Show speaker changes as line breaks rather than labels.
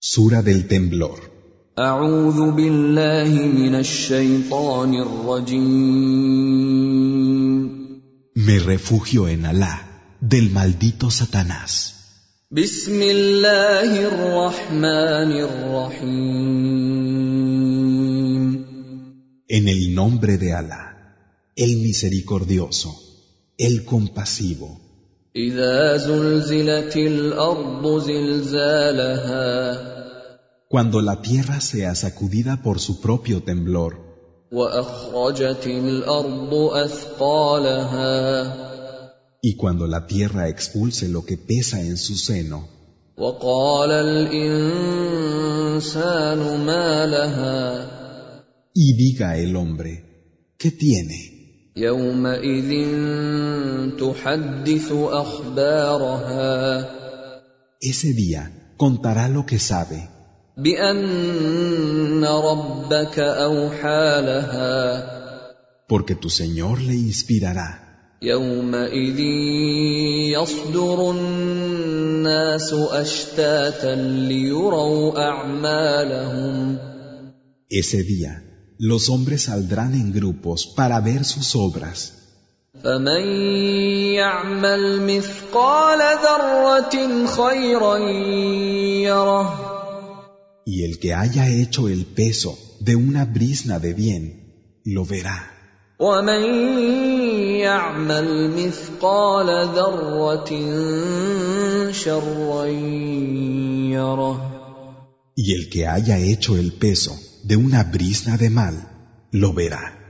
Sura del temblor.
أعوذ بالله من الشيطان الرجيم
Me refugio en Alá, del maldito Satanás.
بسم الله الرحمن الرحيم
En el nombre de Alá, el misericordioso, el compasivo.
إذا زلزلت الأرض زلزالها
Cuando la tierra sea sacudida por su propio temblor,
وأخرجت الأرض أثقالها
y cuando la tierra expulse lo que pesa en su seno,
وقال الإنسان ما لها
y diga el hombre, ¿qué tiene?
يومئذ تحدث اخبارها
Ese día contará lo que sabe,
بان ربك اوحى لها
porque tu Señor le inspirará.
يومئذ يصدر الناس اشتاتا ليروا اعمالهم
Ese día, los hombres saldrán en grupos para ver sus obras,
فمن يعمل مثقال ذره خيرا يره
y el que haya hecho el peso de una brisna de bien, lo verá,
ومن يعمل مثقال ذرة شرا يره
y el que haya hecho el peso de una brisna de mal, lo verá.